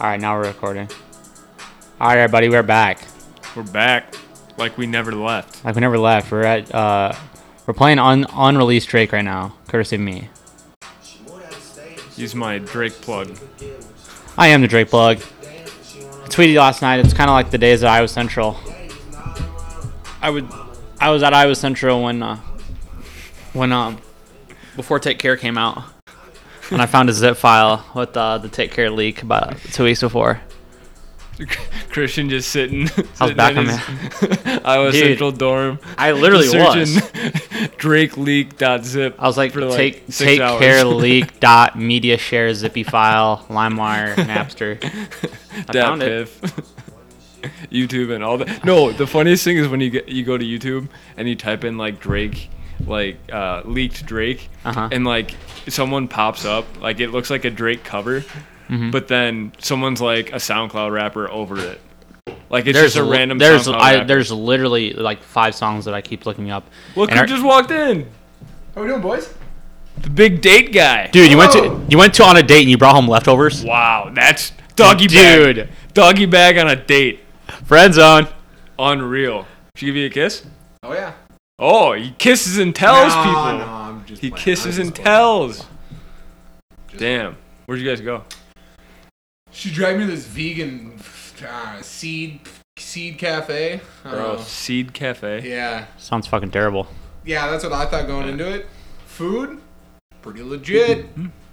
All right, now we're recording. All right, buddy, we're back. We're back, like we never left. Like we never left. We're at uh, we're playing on unreleased Drake right now, courtesy of me. Use my Drake plug. I am the Drake plug. I tweeted last night. It's kind of like the days of Iowa Central. I would, I was at Iowa Central when, uh, when um, before Take Care came out, and I found a zip file with uh, the Take Care leak about two weeks before. Christian just sitting, sitting back in on his Iowa Dude, Central dorm. I literally was. was Drake leak dot zip. I was like, for like take six take hours. care leak dot media share zippy file LimeWire Napster. I Dat found it. piff. YouTube and all that. No, the funniest thing is when you get you go to YouTube and you type in like Drake, like uh, leaked Drake, Uh-huh. and like someone pops up, like it looks like a Drake cover, Mm-hmm. but then someone's like a SoundCloud rapper over it. Like it's just a li- random. There's SoundCloud I, rapper. there's literally like five songs that I keep looking up. Look And who our- just walked in. How we doing, boys? The big date guy. dude, you went to Whoa! you went to on a date and you brought home leftovers. Wow, that's doggy bag. dude, Doggy bag on a date. friend zone. Unreal. Should I give you a kiss? Oh yeah. Oh, he kisses and tells No, people. no, I'm just He playing. kisses I'm and just playing. tells. Damn. Where'd you guys go? She dragged me to this vegan uh, seed seed cafe. I don't know. Seed Cafe. Uh, Yeah, Sounds fucking terrible. yeah, that's what I thought going into it. Food, pretty legit.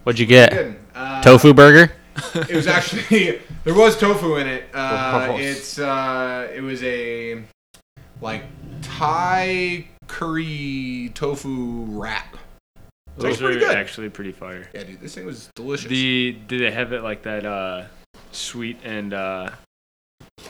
What'd you get? Mm-hmm. Good. Uh, Tofu burger. It was actually there was tofu in it. Uh, Gross. it's uh, it was a like Thai curry tofu wrap. Those Tastes are pretty good. actually pretty fire. Yeah, dude, this thing was delicious. The did they have it like that uh sweet and uh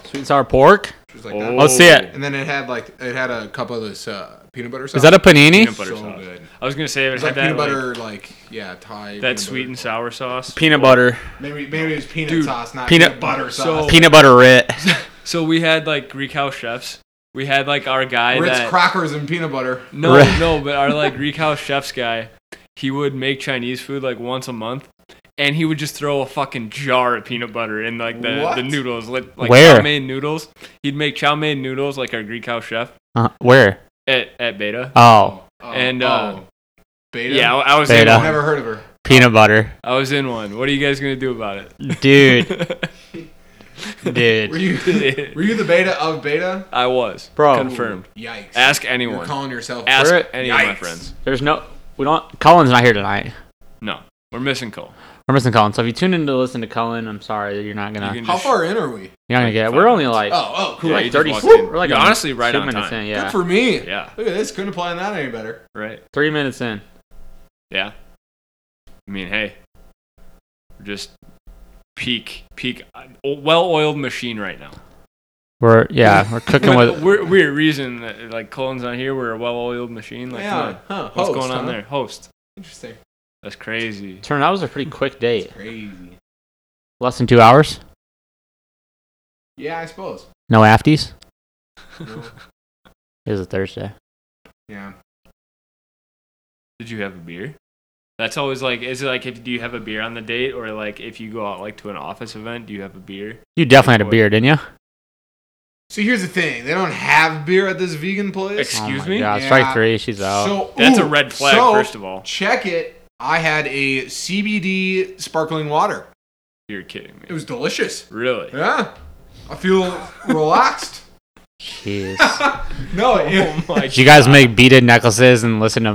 Sweet and sour pork. It was like oh, that. Let's see it. And then it had like it had a cup of this uh, peanut butter sauce. Is that a panini? peanut butter So sauce. good. I was gonna say if it It's had like that peanut like, butter, like, yeah, Thai. that peanut sweet and butter. sour sauce. Peanut butter. Maybe maybe it was peanut Dude, sauce, not peanut- peanut, butter so- sauce. Peanut butter writ. So we had like Greek house chefs. We had like our guy Ritz that crackers and peanut butter. No, Right. no, but our like Greek house chefs guy, he would make Chinese food like once a month, and he would just throw a fucking jar of peanut butter in like the, What? the noodles, like, like Where? chow mein noodles. He'd make chow mein noodles like our Greek house chef Uh, where? at, at Beta. Oh, Oh, And, uh, oh. beta. Yeah, I, I was uh, Beta. in I've one. never heard of her. peanut butter. I was in one. What are you guys gonna do about Dude, it? Were dude. you were you the beta of beta? I was Bro. confirmed. Yikes! Ask You're anyone. calling yourself. Ask We're- any of my Yikes. friends. There's no. We don't. Colin's not here tonight. No, we're missing Cole. We're missing Colin. So if you tune in to listen to Colin, I'm sorry that you're not gonna. You can How just- far in are we? you're not gonna get. It. We're only like. Oh, oh, cool. We're Yeah, like you just 30 walked in. We're like You're on honestly right two on minutes time. in, Good yeah. for me. Yeah, Look at this. Couldn't plan that any better. right. Three minutes in. Yeah. I mean, hey, just peak, peak, uh, well-oiled machine right now. We're yeah. We're cooking But with. we're we're reason that like Colin's not here. We're a well-oiled machine. Like, come yeah. on. Huh. what's Host, going on huh? there? Host. Interesting. That's crazy. Turn. That was a pretty quick date. Crazy. Less than two hours. Yeah, I suppose. No afties. No. It was a Thursday. yeah. Did you have a beer? That's always like, is it like if do you have a beer on the date or like if you go out like to an office event, do you have a beer? You definitely had a beer, didn't you? So here's the thing. They don't have beer at this vegan place. Excuse oh my me. God. Yeah. Strike three. She's out. So That's a ooh, red flag. so, first of all, check it. I had a CBD sparkling water. you're kidding me. It was delicious. really? Yeah, I feel relaxed. Jeez. No, Oh it, my Did you guys make beaded necklaces and listen to?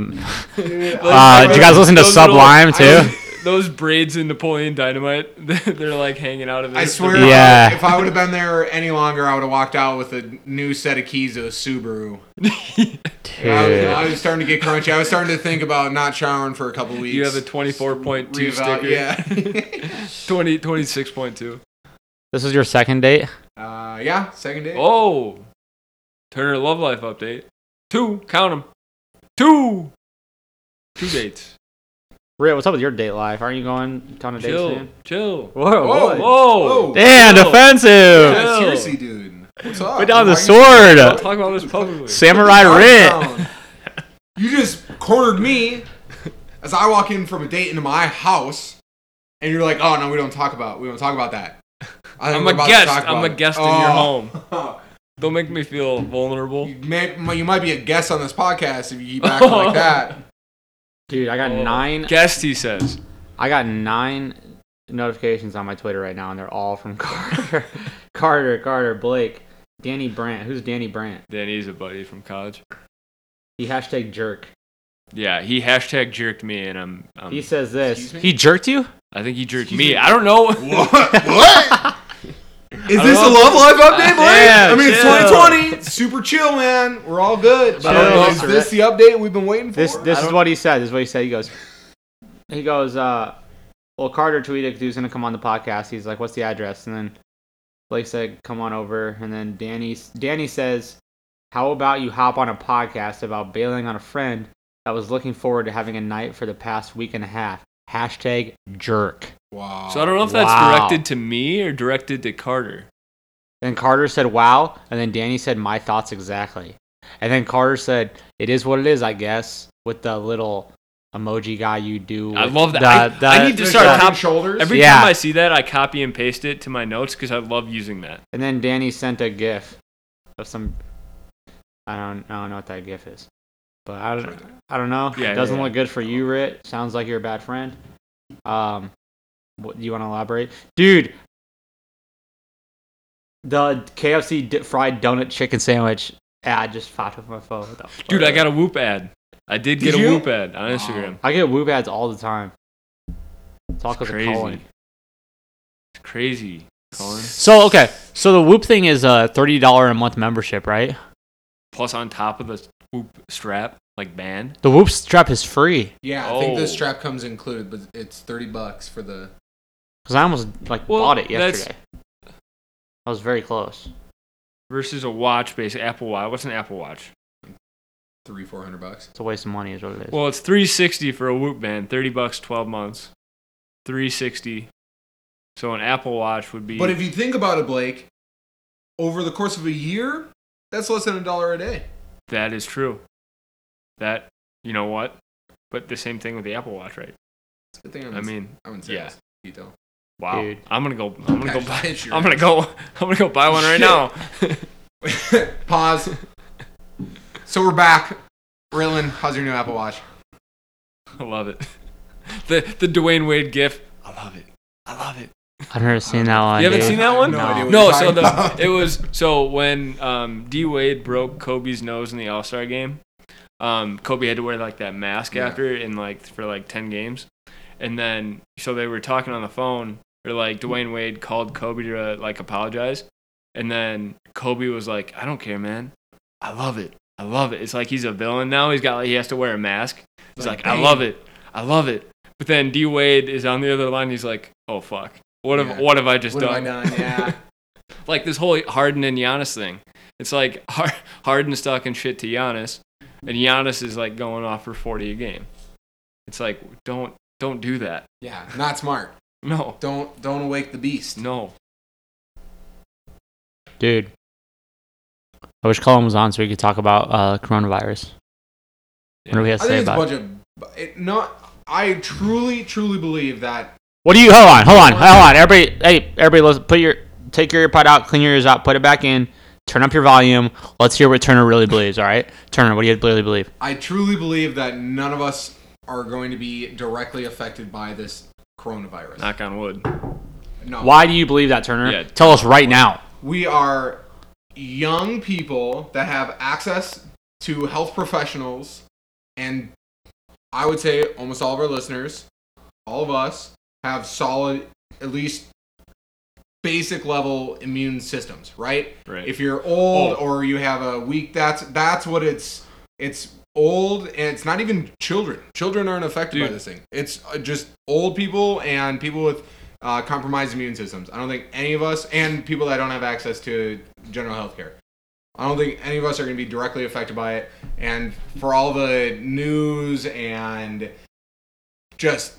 dude, Uh, did you guys listen to Those little- Sublime too? I- those braids in Napoleon Dynamite, they're like hanging out of it. I swear, Yeah. if I would have been there any longer, I would have walked out with a new set of keys to a Subaru. I, was, I Dude. was starting to get crunchy. I was starting to think about not showering for a couple weeks. you have a 24.2 Reeval- sticker. Yeah. 20, 26.2. This was your second date. uh, yeah. Second day. Oh. Turner Love Life update. Two. Count them. Two. Two dates. Rhea, what's up with your date life? Aren't you going on a date Chill. soon? Chill. Whoa. Whoa. Whoa. Whoa. Whoa. Damn, Chill. defensive. Chill. Yeah, seriously, dude. What's up? Put down the Why are you- Don't sword. talk about this publicly. Samurai Oh, Down. Rit. You just cornered me as I walk in from a date into my house. and you're like, oh no, we don't talk about we don't talk about that. I I'm we're a about to guest. talk I'm about a it. Oh. guest in your home. Don't make me feel vulnerable. You, may, you might be a guest on this podcast if you keep acting like that. Dude, I Oh. got nine. Oh. Guest, he says. I got nine notifications on my Twitter right now, and they're all from Carter, Carter, Carter, Blake, Danny Brandt. Who's Danny Brandt? Danny's a buddy from college. He hashtag jerk. Yeah, he hashtag jerked me, and I'm. I'm He says this. Excuse me? He jerked you? I think he jerked Excuse me. me. I don't know. What? what? Is I this a love- love life update, Blake? Yeah, I mean, it's chill. 2020. Super chill, man. We're all good. But Chill. is this the update we've been waiting for? This this I is don't- what he said. This is what he said. He goes, he goes. uh Well, Carter tweeted 'cause he was gonna come on the podcast. He's like, "What's the address?" And then Blake said, "Come on over." And then Danny Danny says, "How about you hop on a podcast about bailing on a friend that was looking forward to having a night for the past week and a half?" Hashtag jerk. wow. So I don't know if that's Wow. directed to me or directed to Carter. Then Carter said, "Wow," and then Danny said, "My thoughts exactly." And then Carter said, "It is what it is, I guess." With the little emoji guy you do. I with love that. I- I need to The start shrugging comp- shoulders. Every Yeah. time I see that, I copy and paste it to my notes because I love using that. And then Danny sent a GIF of some. I don't, I don't know what that GIF is, but I don't, I don't know. Yeah, it doesn't yeah, look good for you, Rit. Sounds like you're a bad friend. Um, what do you want to elaborate, dude? The KFC di- fried donut chicken sandwich ad just popped up on my phone. What the fuck? Dude, I got a Whoop ad. I did get Did a you? Whoop ad on Instagram. I get Whoop ads all the time. It's all It's because of crazy. Colin. It's crazy, Colin. So okay, so the Whoop thing is a thirty dollar a month membership, right? Plus, on top of the Whoop strap, like band. The Whoop strap is free. Yeah, I think Oh. this strap comes included, but it's thirty bucks for the. Because I almost like Well, bought it that's- yesterday. I was very close. versus a watch based Apple Watch. What's an Apple Watch? Three four hundred bucks. It's a waste of money, is what it is. Well, it's 360 for a Whoop band, 30 bucks 12 months. 360. So an Apple Watch would be But if you think about it, Blake, over the course of a year, that's less than a dollar a day. that is true. That you know what? But the same thing with the Apple Watch, right? It's a good thing I'm. I mean, I'm in sales. Detail. wow. Dude. I'm going to go I'm going to go Gosh, buy it's your I'm going to go I'm going to go buy one right Shit. now. Pause. so we're back. Rylan, how's your new Apple Watch? I love it. The the Dwayne Wade gif. I love it. I love it. I've never seen that one. You haven't dude. seen that one? No idea what No, you're so talking the about. it was so when um, D Wade broke Kobe's nose in the All Star game, um, Kobe had to wear like that mask Yeah. after in like for like ten games, and then so they were talking on the phone or like Dwayne Wade called Kobe to uh, like apologize, and then Kobe was like, "I don't care, man. I love it. I love it. It's like he's a villain now. He's got like he has to wear a mask. He's Like, like, I dang. love it. I love it. But then D Wade is on the other line. He's like, Oh fuck. What have Yeah. what have I just what done? have I done? Yeah. like this whole Harden and Giannis thing. It's like Har- Harden's talking shit to Giannis, and Giannis is like going off for forty a game. It's like don't don't do that. yeah. Not smart. No, Don't don't awake the beast. no. Dude. I wish Colin was on so we could talk about uh, coronavirus. What do we have I to say think it's a about it? bunch of. It, not. I truly, truly believe that. What do you? Hold on, hold on, One- hold on. Everybody, hey, everybody, let's put your take your earpod out, clean your ears out, put it back in, turn up your volume. Let's hear what Turner really believes. All right, Turner, what do you really believe? I truly believe that none of us are going to be directly affected by this coronavirus. Knock on wood. No. Why do you believe that, Turner? Yeah. Tell us right now. we are young people that have access to health professionals and i would say almost all of our listeners all of us have solid at least basic level immune systems right Right. if you're old Oh. or you have a weak that's that's what it's it's old and it's not even children children aren't affected by Dude. this thing it's uh, just old people and people with uh, compromised immune systems i don't think any of us and people that don't have access to general health care i don't think any of us are going to be directly affected by it and for all the news and just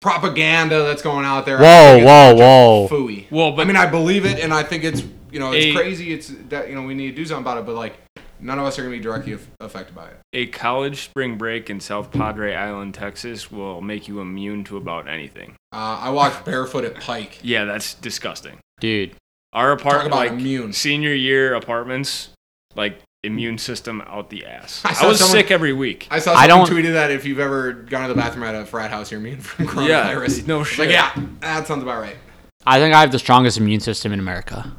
propaganda that's going out there I Whoa, think it's whoa, whoa. fooey well, but I mean, I believe it, and I think it's you know it's A- crazy. It's that you know we need to do something about it, but like None of us are going to be directly aff- affected by it. A college spring break in South Padre Island, Texas will make you immune to about anything. Uh, I walked barefoot at Pike. Yeah, that's disgusting. dude. Our Talk apartment, about like immune. senior year apartments, like immune system out the ass. I I, saw was someone- sick every week. I saw I someone don't- tweeted that if you've ever gone to the bathroom at a frat house, you're immune from yeah, coronavirus. no It's shit. like, yeah, that sounds about right. I think I have the strongest immune system in America.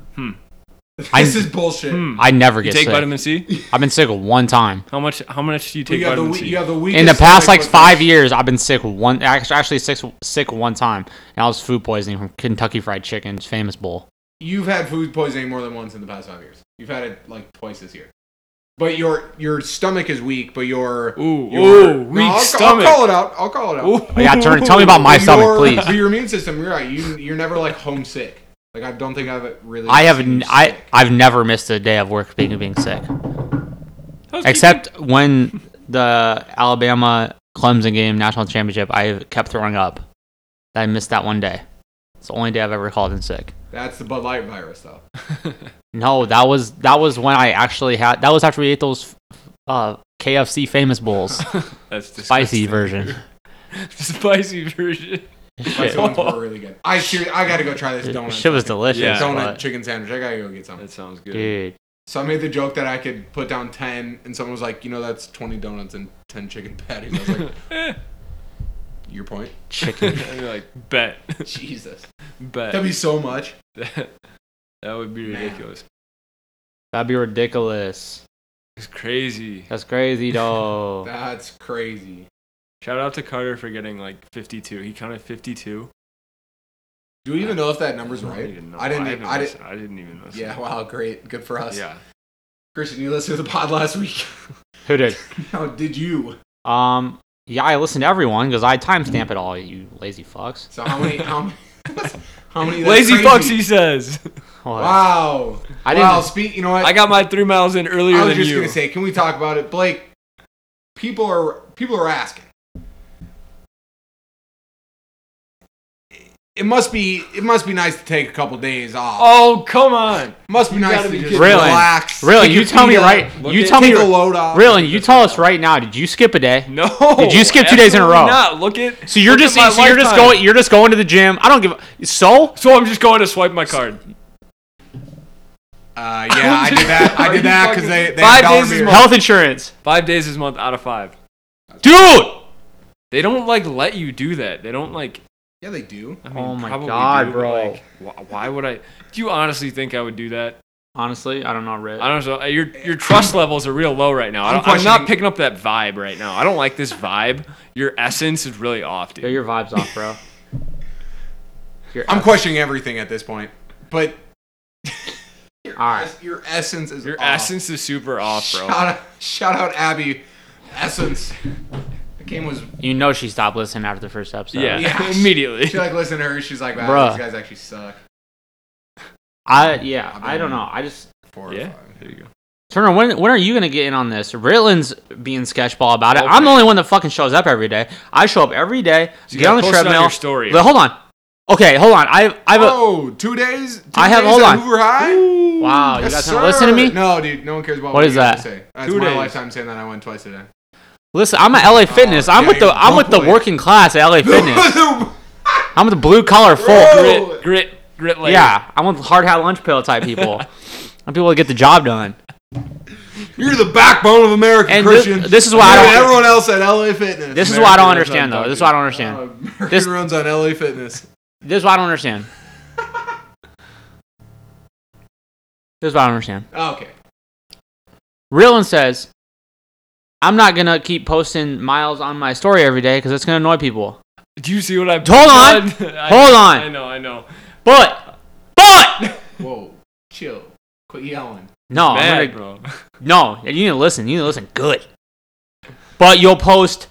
This I- is bullshit. Hmm. I never You get take sick. vitamin C. I've been sick one time How much? How much do you take You have, the, vitamin we- C? you have the weakest. in the past like stomach five years. I've been sick one, act- actually sick sick one time, and I was food poisoning from Kentucky Fried Chicken's famous bowl. You've had food poisoning more than once in the past five years. You've had it like twice this year. But your your stomach is weak, but your Ooh, your- ooh, weak No, I'll, stomach. I'll call it out. I'll call it out. But yeah, turn, tell me about my But stomach, your- please. But your immune system, you're right. You you're never like homesick. Like I don't think I've really. I have seen n- you I sick. I've never missed a day of work being being sick, How's except when the Alabama Clemson game national championship. I kept throwing up. I missed that one day. It's the only day I've ever called in sick. That's the Bud Light virus, though. No, that was that was when I actually had. That was after we ate those uh, KFC famous bowls, That's spicy disgusting. version. spicy version. My Shit, ones were really good. I ser- I gotta go try this donut. shit was delicious. Yeah. donut but- chicken sandwich. I gotta go get some. That sounds good. dude. So I made the joke that I could put down ten, and someone was like, "You know, that's twenty donuts and ten chicken patties." I was like, Eh. "Your point." Chicken. And you're like, bet, Jesus, that'd bet. be so much. that would be ridiculous. That'd be ridiculous. It's crazy. That's crazy, though. That's crazy. Shout out to Carter for getting like 52. He counted 52. Do we even know if that number's I don't right? even know. I didn't. e, haven't I didn't. listened. I didn't even listen. Yeah. Wow. Great. Good for us. Yeah. Christian, you listened to the pod last week. Who did? How did you? Um. Yeah, I listened to everyone because I timestamp it all. You lazy fucks. So how many? How many? how many? that's Lazy crazy. fucks, he says. What? Wow. I didn't. wow. Speak. You know what? I got my three miles in earlier I was than just you. gonna say, can we talk about it, Blake? People are people are asking. It must be it must be nice to take a couple days off. oh, come on. must be nice gotta to be just kidding. Really? relax. Really? kick You your tell feet me up, right. Look You at- tell me. take the load off. Really, you tell us right now. Did you skip a day? No. Did you skip two days in a row? absolutely Not. Look at. So you're look at just my so you're just lifetime. going you're just going to the gym. I don't give. a So So I'm just going to swipe my card. Uh, yeah, I did that. I Are you did that fucking- because they they Five dollar days is beer. more- health insurance, Five days this month out of five. dude. They don't like let you do that. They don't like. Yeah, they do. I mean, Oh my probably God, do, but, bro. Like, wh- why would I? Do you honestly think I would do that? Honestly, I don't know, Rich. I don't know. Your your trust levels are real low right now. I I'm don't, I'm not questioning- picking up that vibe right now. I don't like this vibe. Your essence is really off, Yo, dude. your vibes off, bro. Your- I'm questioning everything at this point, but all right. your essence is Your off. essence is super off, bro. Shout out, shout out Abby. Essence. The game was. You know she stopped listening after the first episode. yeah, Yeah. immediately. She like listened to her. She's like, wow, Bruh. these guys actually suck. I yeah. I've I don't been- know. I just Four Yeah, or five. there you go. Turner, when when are you gonna get in on this? Ritland's being sketchball about it. Okay. I'm the only one that fucking shows up every day. I show up every day. So you get on gotta the post it treadmill. your story. But hold on. Okay, hold on. I I've a Oh, two days. Two I have- days hold at on. Hoover High? Wow, you Yes, guys don't listen to sir. me? No, dude, no one cares about What is you that? have to say. That's Two my days. lifetime saying that I went twice today. listen. I'm at LA Oh, Fitness. I'm yeah, with the you're I'm with the bumbling. working class at LA Fitness. I'm with the blue collar Bro. folk. Grit, grit, grit. Later. Yeah, I'm with hard hat lunch pill type people. I'm people that get the job done. You're the backbone of America, And thi- Christian. this is why I You're don't- everyone else at LA Fitness. This is why I don't American understand though. underdog, This is why I don't Uh, understand. American This- runs on LA Fitness. This is why I don't understand. This is why I don't understand. Oh, okay. Reelin says, I'm not going to keep posting miles on my story every day because it's going to annoy people. Do you see what I? Hold on. I, Hold on. I know. I know. But, but, Whoa, chill. Quit yelling. no, I'm Mad, gonna- bro. no, you need to listen. You need to listen good. But you'll post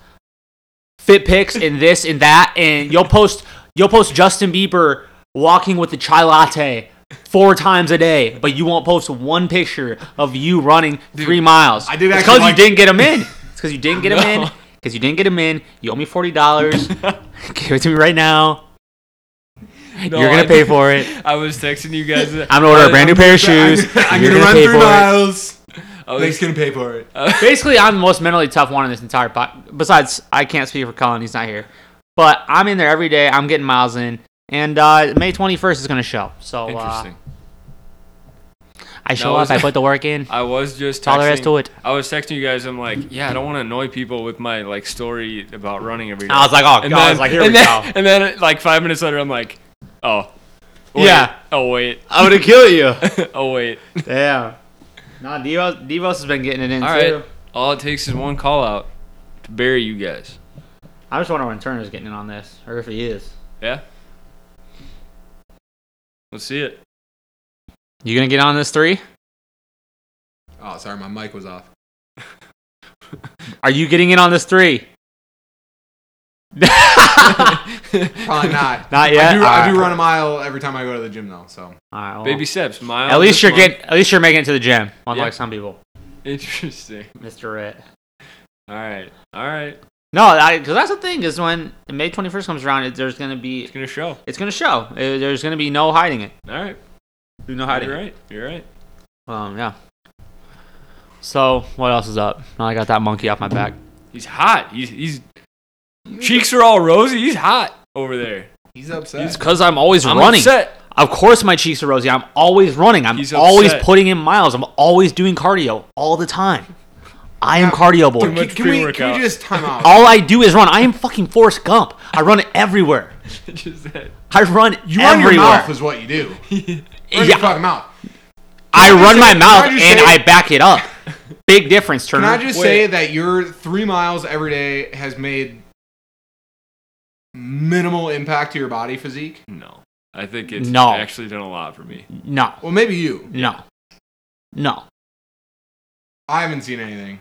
fit pics and this and that, and you'll post, you'll post Justin Bieber walking with the chai latte four times a day, but you won't post one picture of you running three miles. I did It's actually because like- you didn't get him in. It's because you didn't get him No. in. Because you didn't get him in. You owe me forty dollars. Give it to me right now. No, You're gonna I- pay for it. I was texting you guys. I'm gonna order a brand new pair of I'm, shoes. I'm You're gonna, gonna, run pay three for it. miles. I Nick's was, gonna pay for it. Basically, I'm the most mentally tough one in this entire pot. Besides, I can't speak for Colin; he's not here. But I'm in there every day. I'm getting miles in, and uh, May 21st is gonna show. So uh, interesting. I show That up. was- I put the work in. I was just That's all there is texting- to it. I was texting you guys. I'm like, yeah, I don't want to annoy people with my like story about running every day. I was like, oh god! I was like, here we and then, go. And then like five minutes later, I'm like, oh, wait, Yeah. oh wait, I'm gonna kill you. oh wait. Damn. Nah, Devos, Devos has been getting it in All too. right, all it takes is one call out to bury you guys. I just wonder when Turner's getting in on this, or if he is. Yeah. Let's see it. You gonna get on this three? Oh, sorry, my mic was off. Are you getting in on this three? Probably not. Not yet? I do, I Alright. do run a mile every time I go to the gym, though. So All right, well, Baby steps. Miles. At least this you're month. getting. At least you're making it to the gym, unlike Yeah. some people. interesting. Mister Rit. All right, all right. No, because that's the thing is when May 21st comes around, it, there's gonna be. It's gonna show. It's gonna show. Uh, there's gonna be no hiding it. All right, No you're right. You're right. Um, yeah. So what else is up? Now I got that monkey off my back. He's hot. He's he's cheeks are all rosy. He's hot over there. he's upset. It's because I'm always I'm running. upset. Of course, my cheeks are rosy. I'm always running. I'm He's always upset. putting in miles. I'm always doing cardio all the time. I am cardio boy. much can, we, can pre-workout. we just time out? All I do is run. I am fucking Forrest Gump. I run everywhere. Just that. I run you run everywhere. your mouth is what you do. Run your Yeah. fucking mouth. I Can I run just my say- mouth can I just and say- I back it up. Big difference, Can Turner. I just Wait. say that your three miles every day has made minimal impact to your body physique? No, I think it's No. actually done a lot for me. no, Well, maybe you. no, no. I haven't seen anything.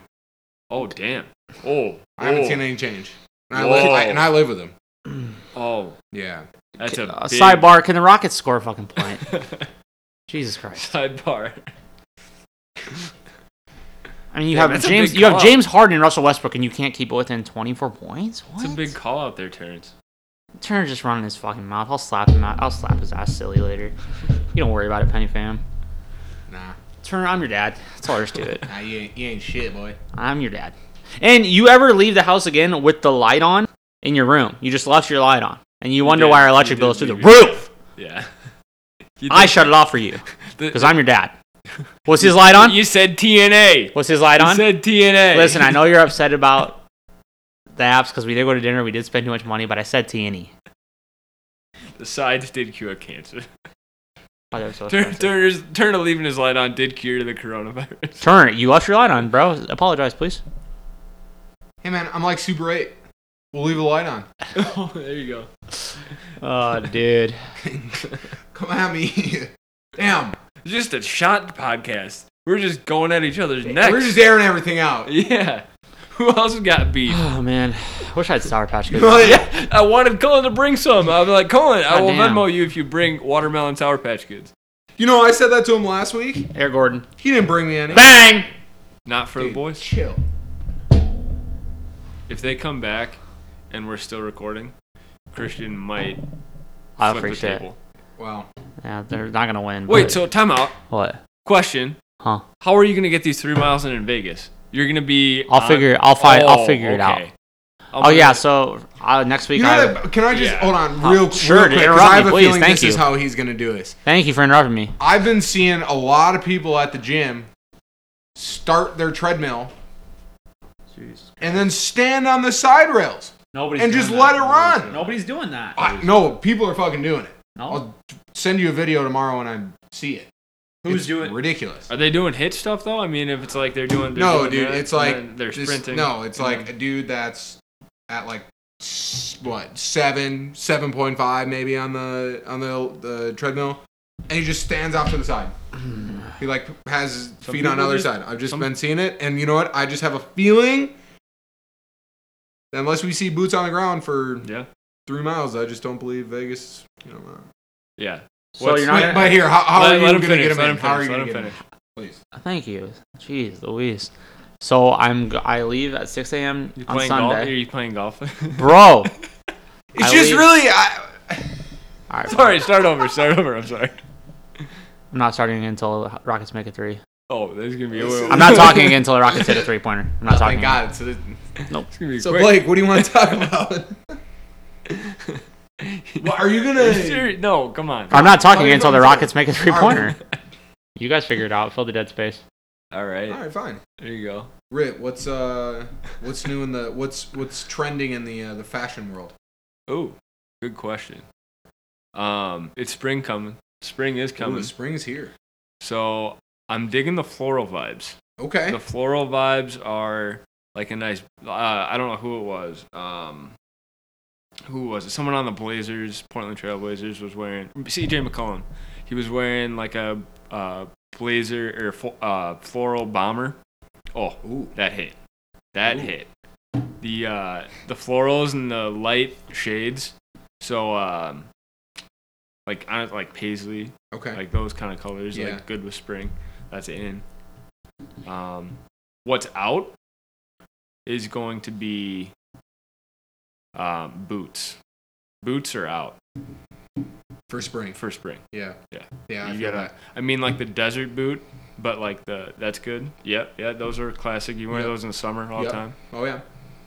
Oh damn. Oh. I haven't oh, seen any change. And I, Whoa. live, I, and I live with him. Oh, Yeah. that's a Uh, big- sidebar. Can the Rockets score a fucking point? Jesus Christ. sidebar. I mean, you Yeah, have that's a James. big You have call. James Harden and Russell Westbrook, and you can't keep it within 24 points. What? It's a big call out there, Terrence. Turner just running his fucking mouth. I'll slap him out. I'll slap his ass silly later. You don't worry about it, Penny fam. Nah. Turner, I'm your dad. That's all there is to it. Nah, you ain't, you ain't shit, boy. I'm your dad. And you ever leave the house again with the light on in your room? You just left your light on, and you wonder did- why our you electric did bill is through the leave your- roof. Yeah. You I think- shut it off for you the- because I'm your dad. What's his light on? You said TNA. What's his light You on? said TNA. Listen, I know you're upset about the apps because we did go to dinner. We did spend too much money, but I said E. TNE. the sides did cure cancer. Oh, that was so Turn, expensive. Turner's, Turner leaving his light on did cure the coronavirus. Turner, you left your light on, bro. Apologize, please. Hey, man, I'm like Super 8. We'll leave the light on. oh, there you go. Oh, dude. Come at me. Damn. It's just a shot podcast. We're just going at each other's necks. We're just airing everything out. yeah. Who else has got beef? Oh man, wish I had Sour Patch Kids. yeah, I wanted Colin to bring some. I'm like, Colin, I will Goddamn. Venmo you if you bring watermelon Sour Patch Kids. You know, I said that to him last week. Air Gordon. He didn't bring me any. Bang! Not for the Dude, boys. Chill. If they come back and we're still recording, Christian might I flip the freaked it. table. Wow. Yeah, they're not gonna win. Wait, but- so time out. what? Question: Huh? How are you gonna get these three miles in in Vegas? You're gonna be. I'll on- figure. I'll find. I'll Oh, figure it out. okay. Oh yeah. So uh, next week. You I know have- that, can I just Yeah. hold on Huh. real, real Oh, Sure, quick? 'cause interrupt I have me, a please. feeling Thank this is you. how he's gonna do this. Thank you for interrupting me. I've been seeing a lot of people at the gym start their treadmill and then stand on the side rails. Nobody's And just doing let that. it run. Nobody's doing that. I, no, people are fucking doing it. No. I'll send you a video tomorrow when I see it. Who's It's doing- ridiculous? Are they doing hit stuff though? I mean, if it's like they're doing. They're No, doing dude, that, it's and like then they're this- sprinting. No, it's and like a then- dude that's at like s- what seven, seven point five maybe on the on the the treadmill, and he just stands off to the side. He like has his Some feet on the people other just- side. I've just some- been seeing it, and you know what? I just have a feeling. that Unless we see boots on the ground for yeah, three miles, I just don't believe Vegas. You know, uh, yeah. So What's- you're not. but, Gonna, but here, how, how let, are you let him going to finish. get him let in? him how are finish. you Let going him to get him finish. in? Please. Uh, Thank you. Jeez, Louise. So I'm. g- I leave at 6 a.m. You on playing golf? Are Sunday. you playing golf? Bro. It's I just leave- really. I, All right. sorry, start over. Start over. I'm sorry. I'm not starting until Rockets make a three. Oh, there's gonna be. Listen. I'm not talking again until the Rockets hit a three pointer. I'm Oh not talking. Thank God. So, th- It's gonna be so quick. Blake, what do you want to talk about? What, are you gonna? Are you serious? No, come on. I'm not talking Talking until the about- Rockets make a three pointer. Alright. You guys figure it out. Fill the dead space. All right. All right, fine. There you go. Rit, what's uh, what's new in the what's what's trending in the uh, the fashion world? Oh, good question. Um, it's spring coming. Spring is Ooh, coming. the spring's here. So I'm digging the floral vibes. Okay. The floral vibes are like a nice. Uh, I don't know who it was. Um, who was it? Someone on the Blazers, Portland Trail Blazers, was wearing CJ McCollum. He was wearing like a uh, blazer or fo- uh, floral bomber. Oh, Ooh. that hit. That Ooh. hit. The uh, the florals and the light shades. So um, like on like paisley, Okay. like those kind of colors, Yeah. like good with spring. That's in. Um, what's out is going to be um, boots. Boots are out For spring. for spring. Yeah. Yeah. Yeah. I you feel gotta. that. I mean, like the desert boot, but like the that's good. Yep, yeah, those are classic. You wear Yep. those in the summer all Yep. the time. Oh yeah.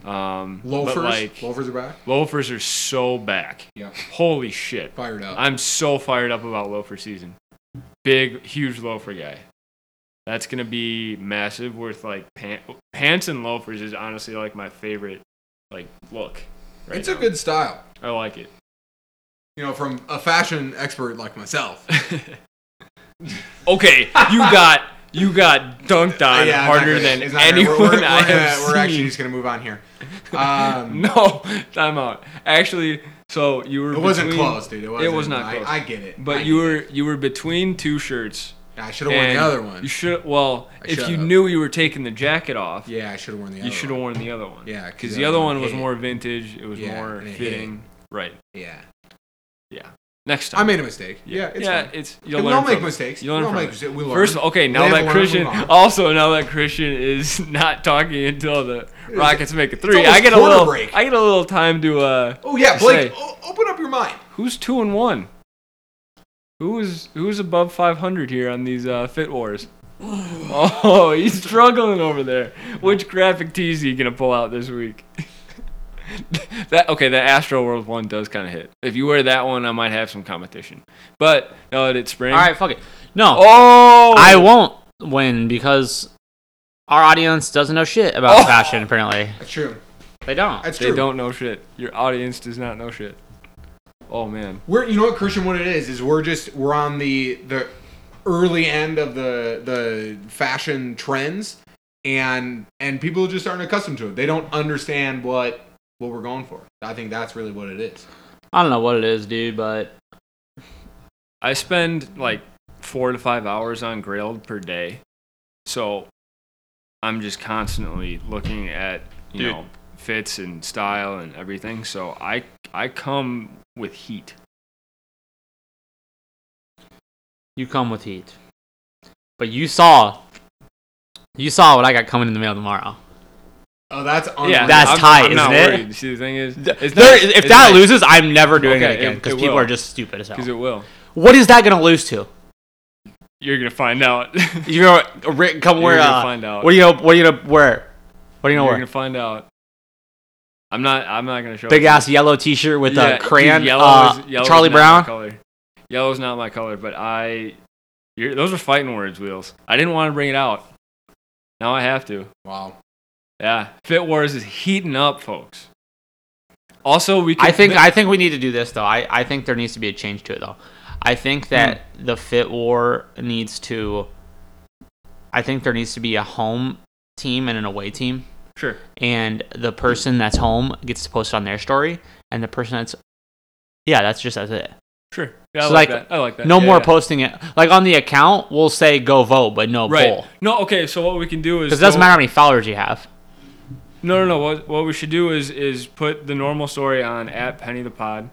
Um, but, Loafers. like, Loafers are back. loafers are so back. Yeah. Holy shit! Fired up. I'm so fired up about loafer season. Big, huge loafer guy. That's gonna be massive. With like pant- pants and loafers is honestly like my favorite like look. right it's a now. good style. I like it. You know, from a fashion expert like myself. okay, you got you got dunked on Uh, Yeah, I'm not harder great. than It's not great. anyone We're, we're, I have we're, gonna- we're actually seen. just gonna move on here. Um, no, time out. Actually, so you were it wasn't between- close, dude. It, wasn't, was not I, close. I get it. But you were you were between two shirts. I should have worn the and other one. You should well, I if you should've. knew you were taking the jacket off, yeah, I should have worn the other. you should have worn one. the other one. Oh. Yeah, 'cause because the the other other one one was hit. more vintage. It was Yeah, more and it hit. fitting. Right. Yeah. Yeah. Next time. I made a mistake. Yeah. It's yeah, fine. it's And you'll we learn all make from it. mistakes. You learn we all from make it. mistakes. We learn. First, okay, now Live, that learn, Christian, move on. also now that Christian is not talking until the Rockets make a three, almost I get a quarter little, break. I get a little time to, uh, oh yeah, Blake, say- o- open up your mind. who's two and one? Who's who's above 500 here on these uh, fit wars? Oh, he's struggling over there. Which graphic tees are you gonna pull out this week? that okay, the Astro World one does kind of hit. If you wear that one, I might have some competition. But now that it's spring, All right, fuck it. No, oh, I won't win because our audience doesn't know shit about Oh. fashion. Apparently, That's true. they don't. That's They true. don't know shit. Your audience does not know shit. Oh man. We're you know what Christian, what it is is we're just we're on the the early end of the the fashion trends, and and people just aren't accustomed to it. They don't understand what what we're going for. I think that's really what it is. I don't know what it is, dude, but I spend like four to five hours on Grailed per day. So I'm just constantly looking at, you Dude. know, fits and style and everything. So I I come with heat. you come with heat. But you saw, you saw what I got coming in the mail tomorrow. Oh, that's unreal. that's I'm, tight, I'm not isn't it? worried. See the thing is it's There- not- if it's that not- loses, I'm never doing Okay, it again it- because it people will. are just stupid as 'Cause hell. it will. What is that gonna lose to? You're gonna find out. You're You're gonna Rick, come wear. gonna uh, find out. What are you gonna? What are you gonna wear? What are you You're gonna gonna wear? find out. I'm not I'm not gonna show Big you. ass yellow T-shirt with Yeah, a crayon. dude, yellow uh, is- yellow is Charlie not my Brown. Color. Yellow's not my color, but I. You're, those are fighting words, wheels. I didn't want to bring it out. Now I have to. wow. Yeah, Fit Wars is heating up, folks. Also, we. Can, I think I think we need to do this though. I, I think there needs to be a change to it though. I think Hmm. that the fit war needs to. I think there needs to be a home team and an away team, sure. and the person that's home gets to post on their story, and the person that's yeah, that's just that's it. Sure. Yeah, I So, like, like, that. I like that. No Yeah, more yeah. posting it. Like on the account, we'll say go vote, but no Right. poll No. Okay. So what we can do is because it doesn't go- matter how many followers you have. No, no, no. What what we should do is is put the normal story on at Penny the Pod,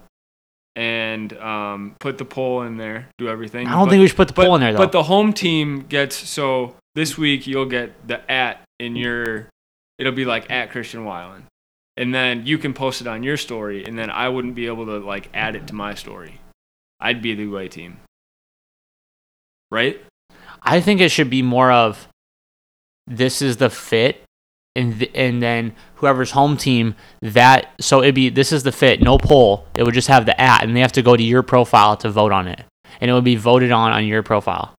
and um, put the poll in there. Do everything. I don't But- think we should put the but, poll in there though. But the home team gets so this week you'll get the at in your it'll be like at Christian Weiland. And then you can post it on your story and then I wouldn't be able to like add it to my story. I'd be the away team. Right? I think it should be more of this is the fit, and th- and then whoever's home team that so it'd be this is the fit, no poll. It would just have the at, and they have to go to your profile to vote on it, and it would be voted on on your profile.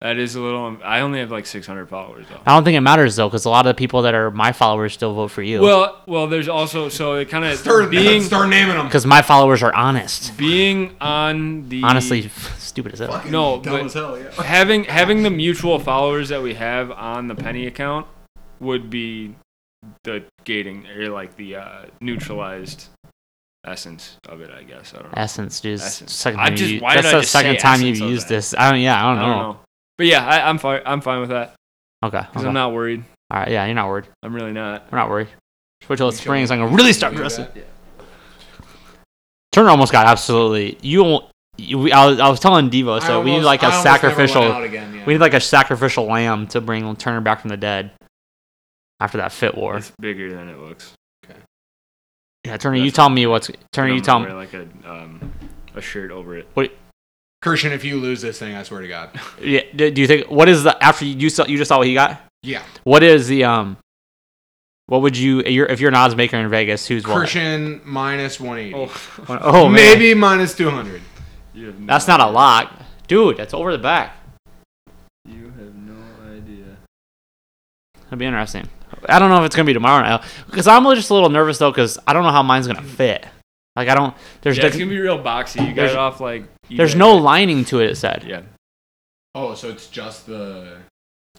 That is a little. I only have like 600 followers though. I don't think it matters though, because a lot of the people that are my followers still vote for you. Well, well, there's also so it kind of Start, being start naming them. because my followers are honest. being on the Honestly, stupid as hell. Fucking No, dumb but- as hell, yeah. having having the mutual followers that we have on the penny account would be the gating or like the uh, neutralized essence of it i guess i don't know Essence, dude. it's the Essence. Second I time just- you, why that's did I the just second say time essence you've of used that? this. I don't. Yeah, I i don't know. don't know but yeah I, i'm fine i'm fine with that Okay. because okay. i'm not worried All right. Yeah, you're not worried. i'm really not We're not worried. Just wait till it's You spring. sure? So I can really start Do dressing. that. Turner almost got absolutely. You. won't- you we, I, was, I was telling Devo, I so we need almost- like a I almost never went out sacrificial. again, yeah. We need like a sacrificial lamb to bring Turner back from the dead. After that fit war. it's bigger than it looks Yeah, Turner, you that's- tell me what's. Turner, you I'm tell me. wearing, like a um a shirt over it Christian, if you lose this thing, I swear to God. Yeah, do do you think what is the after you saw you just saw what he got? Yeah. What? What is the um? What would you you're, if you're an odds maker in Vegas? Who's what? Christian minus 180. oh, One- Oh, man. Maybe minus 200. you have no that's not a idea. lock, dude. That's over the back. you have no idea That'd be interesting. I don't know if it's gonna be tomorrow now because I'm just a little nervous though because I don't know how mine's gonna fit. Like I don't. There's yeah, it's diff- gonna be real boxy you got There's- it off like there's eBay, no right? lining to it. It said yeah Oh, so it's just the.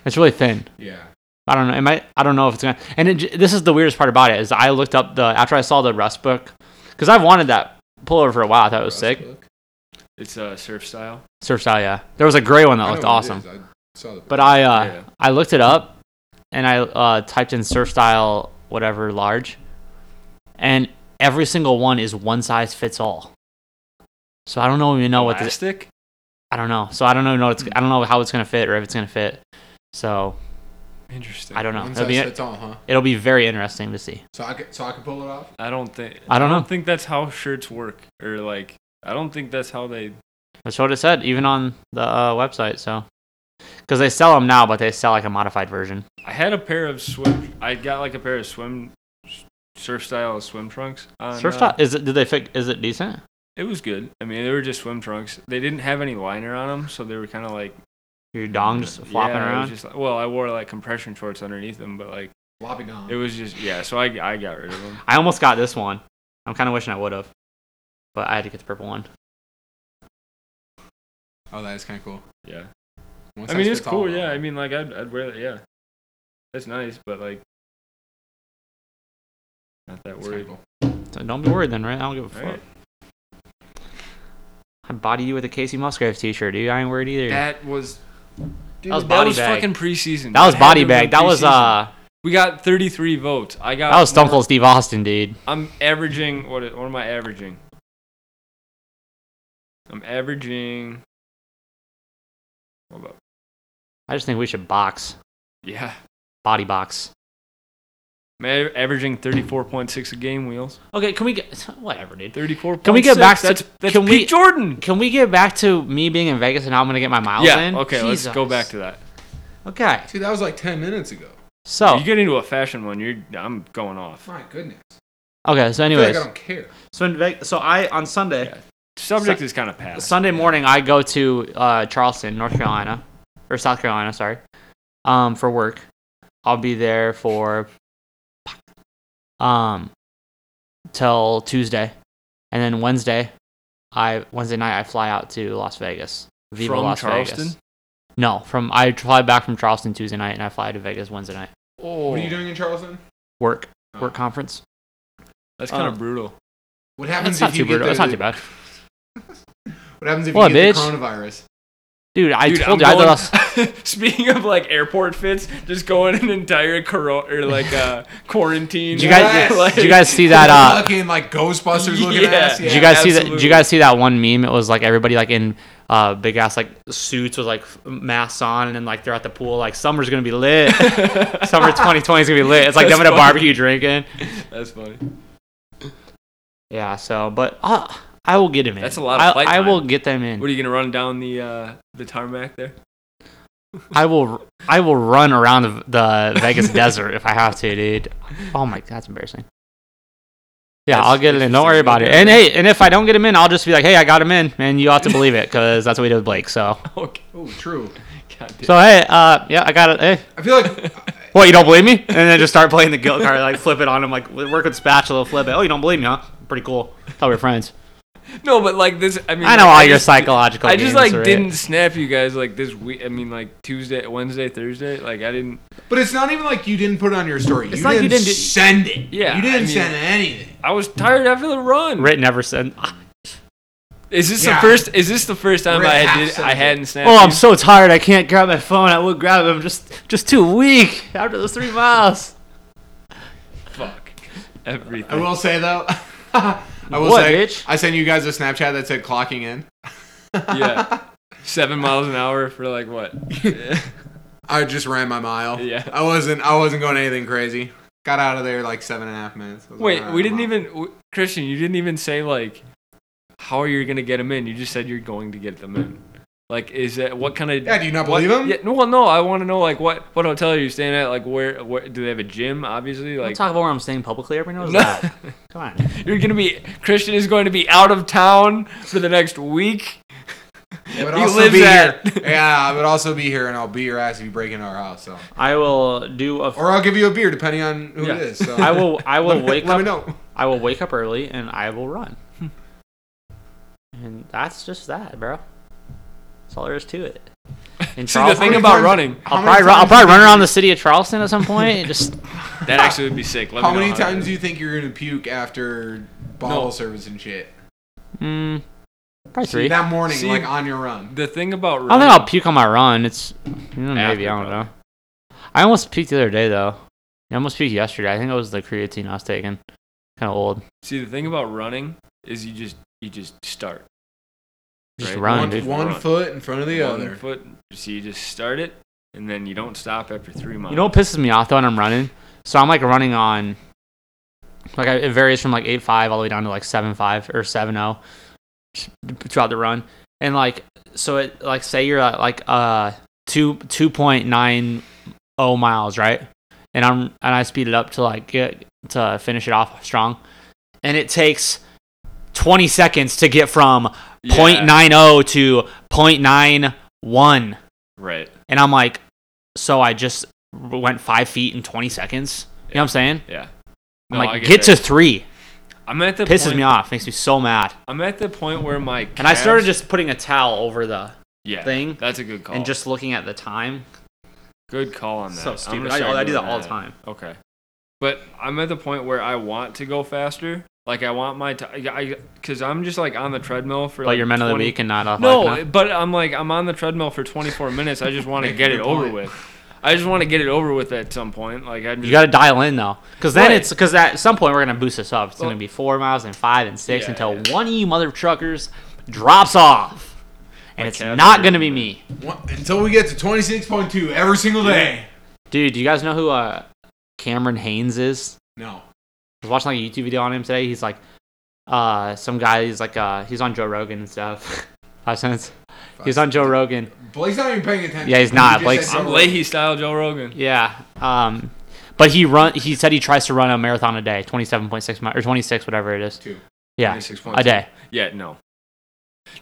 it's really thin. Yeah. I don't know. It might. I don't know if it's gonna. And it, j- this is the weirdest part about it is I looked up the after I saw the rust book because I've wanted that pullover for a while. I thought it was sick. Look. it's uh, surf style Surf style, yeah. There was a gray one that I looked know what it awesome. is. I saw the- But I uh, Yeah. I looked it up and I uh, typed in surf style whatever large, and every single one is one size fits all. So I don't know even know what this. Elastic? I don't know. So I don't even know it's. I don't know how it's gonna fit or if it's gonna fit. So Interesting. I don't know. One It'll size be fits all, huh? it'll be very interesting to see. So I could, so I could pull it off. I don't think. I don't know. think that's how shirts work, or like, I don't think that's how they. That's what it said even on the uh, website. So because they sell them now, but they sell like a modified version. I had a pair of swim. I got like a pair of swim, surf style swim trunks. on, surf uh, style is it? Did they fit? Is it decent? It was good. I mean, they were just swim trunks. They didn't have any liner on them, so they were kind of like Your Mm, dong just flopping Yeah, it was around. Just like, well, I wore like compression shorts underneath them, but like Floppy Dom. it was just yeah. So I I got rid of them. I almost got this one. I'm kind of wishing I would have, but I had to get the purple one. oh, that is kind of cool. Yeah. One I size mean, it's fits all, cool. though. Yeah. I mean, like I'd I'd wear that. Yeah. That's nice, but like, not that It's kinda worried. cool. So don't be worried then, right? I don't give a fuck. Right. I body you with a Casey Musgrave t-shirt, dude. I ain't worried either. That, That was. Dude, That was body bag. fucking preseason. was Had body to have bag. been That was preseason. uh, We got 33 votes. I got. that was Stone more- Cold Steve Austin, dude. I'm averaging. What? What am I averaging? I'm averaging. What about? I just think we should box, Yeah, body box. I'm a- averaging 34.6 a game. Wheels. Okay, can we get whatever, dude? 34. Can we get back to- That's, that's can Pete we- Jordan. Can we get back to me being in Vegas and how I'm gonna get my miles Yeah. in? Okay. Jesus. Let's go back to that. Okay, See, that was like 10 minutes ago. so You get into a fashion one, you're. I'm going off. My goodness. okay, so I feel anyways, like I don't care. so in Vegas, so I on Sunday. Yeah. Subject is kind of past. Sunday morning, I go to uh, Charleston, North Carolina, or South Carolina, sorry, um, for work. I'll be there for um till Tuesday, and then Wednesday, I Wednesday night I fly out to Las Vegas. Viva From Las Vegas. Charleston? No, from I fly back from Charleston Tuesday night, and I fly to Vegas Wednesday night. Oh, What are you doing in Charleston? Work, Oh. work conference. That's kind Um, of brutal. What That's happens not if you too get brutal. That's not too the, bad, What happens if What, you get the bitch? coronavirus? dude. I Dude, told you I'm I going- lost. Speaking of like airport fits, just going an entire coro- or like uh, quarantine. Did you guys? Yes! Like- Did you guys see that? Uh, fucking like Ghostbusters looking Yeah. ass. Yeah. Did you guys see that? Did absolutely. you guys see that one meme? It was like everybody like in uh, big ass like suits with like f- masks on, and then like they're at the pool. Like summer's gonna be lit. Summer 2020 is gonna be lit. It's like them at a That's funny. barbecue drinking. That's funny. Yeah. So, but uh, I will get him in. That's a lot of I- flight I, time. will get them in. What are you gonna run down the uh, the tarmac there? I will I will run around the, the Vegas desert if I have to, dude. Oh my god, that's embarrassing. Yeah, That's I'll get it in. Don't interesting. worry about it. And hey, and if I don't get him in, I'll just be like, hey, I got him in, and you ought to believe it because that's what we did with Blake. So, Okay. Oh, true. God damn. so hey, uh, yeah, I got it. Hey, I feel like what you don't believe me? And then just start playing the guilt card, like flip it on him, like work with spatula, flip it. Oh, you don't believe me? Huh? Pretty cool. Thought we were friends. no, but like this. I mean, I know like, all your just- psychological. I games just like are it. didn't snap you guys like this week. I mean, like Tuesday, Wednesday, Thursday. Like I didn't. But it's not even like you didn't put it on your story. you, like didn't you didn't do- send it. Yeah, You didn't I mean- send anything. I was tired after the run. Ritt never said. "Ah, Is this Yeah. the first? Is this the first time Rick I half had did, said I it. hadn't snapped? Oh, I'm you? so tired. I can't grab my phone. I would grab it. I'm just just too weak after those three miles. fuck I everything. will say though, I will What, say, bitch? I sent you guys a Snapchat that said clocking in. yeah, seven miles an hour for like what? I just ran my mile. Yeah. I wasn't. I wasn't going anything crazy. Got out of there like seven and a half minutes. I was like, Wait, "All right, we I'm didn't out." even w- Christian. You didn't even say like how are you gonna get them in? You just said you're going to get them in. Like, is that what kind of? Yeah, do you not what- believe him? Yeah, no, well, no. I want to know like what what hotel are you staying at? Like, where where do they have a gym? Obviously, like talk about where I'm staying publicly. Everyone knows No. Come on. you're gonna be Christian is going to be out of town for the next week. But He also lives be at- here. Yeah, I would also be here, and I'll beat your ass if you break into our house. So, I will do a. or I'll give you a beer, depending on who Yeah. it is. So I will. I will wake Let up. me know. I will wake up early and I will run. and that's just that, bro. That's all there is to it. In See, the Charleston, thing many about times- running, how I'll many probably, run, I'll times probably do you run think- around the city of Charleston at some point. Just that actually would be sick. Let How me know many that times is. do you think you're gonna puke after bottle No. service and shit? mm, probably three. I That morning, See- like on your run. The thing about don't running, think I'll puke on my run. It's mm, maybe I After, don't probably. know. I almost puked the other day though. I almost puked yesterday. I think it was the creatine I was taking. Kind of old. see the thing about running is you just you just start. Just Right. run, One, dude. one Run. foot in front of the One other. foot. So you just start it, and then you don't stop after three months. You know what pisses me off though when I'm running? So I'm like running on, like I, it varies from like eight five all the way down to like seven five or seven zero throughout the run, and like so it like say you're at like uh two two point nine oh miles right, and I'm and I speed it up to like get to finish it off strong, and it takes. 20 seconds to get from Yeah, point nine zero 0.90 to 0.91 Right. and I'm like, so I just went five feet in 20 seconds. You know what I'm saying? Yeah. I'm No, I like, get, that. to three. I'm at the Pisses point, me off. Makes me so mad. I'm at the point where my calves, And I started just putting a towel over the yeah. thing That's a good call. and just looking at the time. good call on that. So I'm stupid. gonna I- start I do doing that all the time. Okay. But I'm at the point where I want to go faster. Like I want my t- I because I'm just like on the treadmill for. But like you're men of the 20 week and not off. No, like, nah. but I'm like I'm on the treadmill for 24 minutes. I just want to Make a get good it over point. with. I just want to get it over with at some point. Like I just, you got to dial in though, because then Right. it's because at some point we're gonna boost this up. It's gonna be four miles and five and six Yeah, until yeah. one of you mother truckers drops off, and My it's calves not are gonna be hurting. me, One- until we get to 26.2 every single day. dude. Do you guys know who uh, Cameron Haynes is? No. I was watching like a YouTube video on him today. He's like, uh, some guy. He's like, uh, he's on Joe Rogan and stuff. Five cents. He's on Joe Rogan. Blake's not even paying attention. Yeah, he's You not. just Blake's- said I'm Joe Leahy style Joe Rogan. Yeah. Um, but he run. He said he tries to run a marathon a day, twenty-seven point six mi- or twenty-six, whatever it is. Two. Yeah, 26.2. a day. Yeah, no.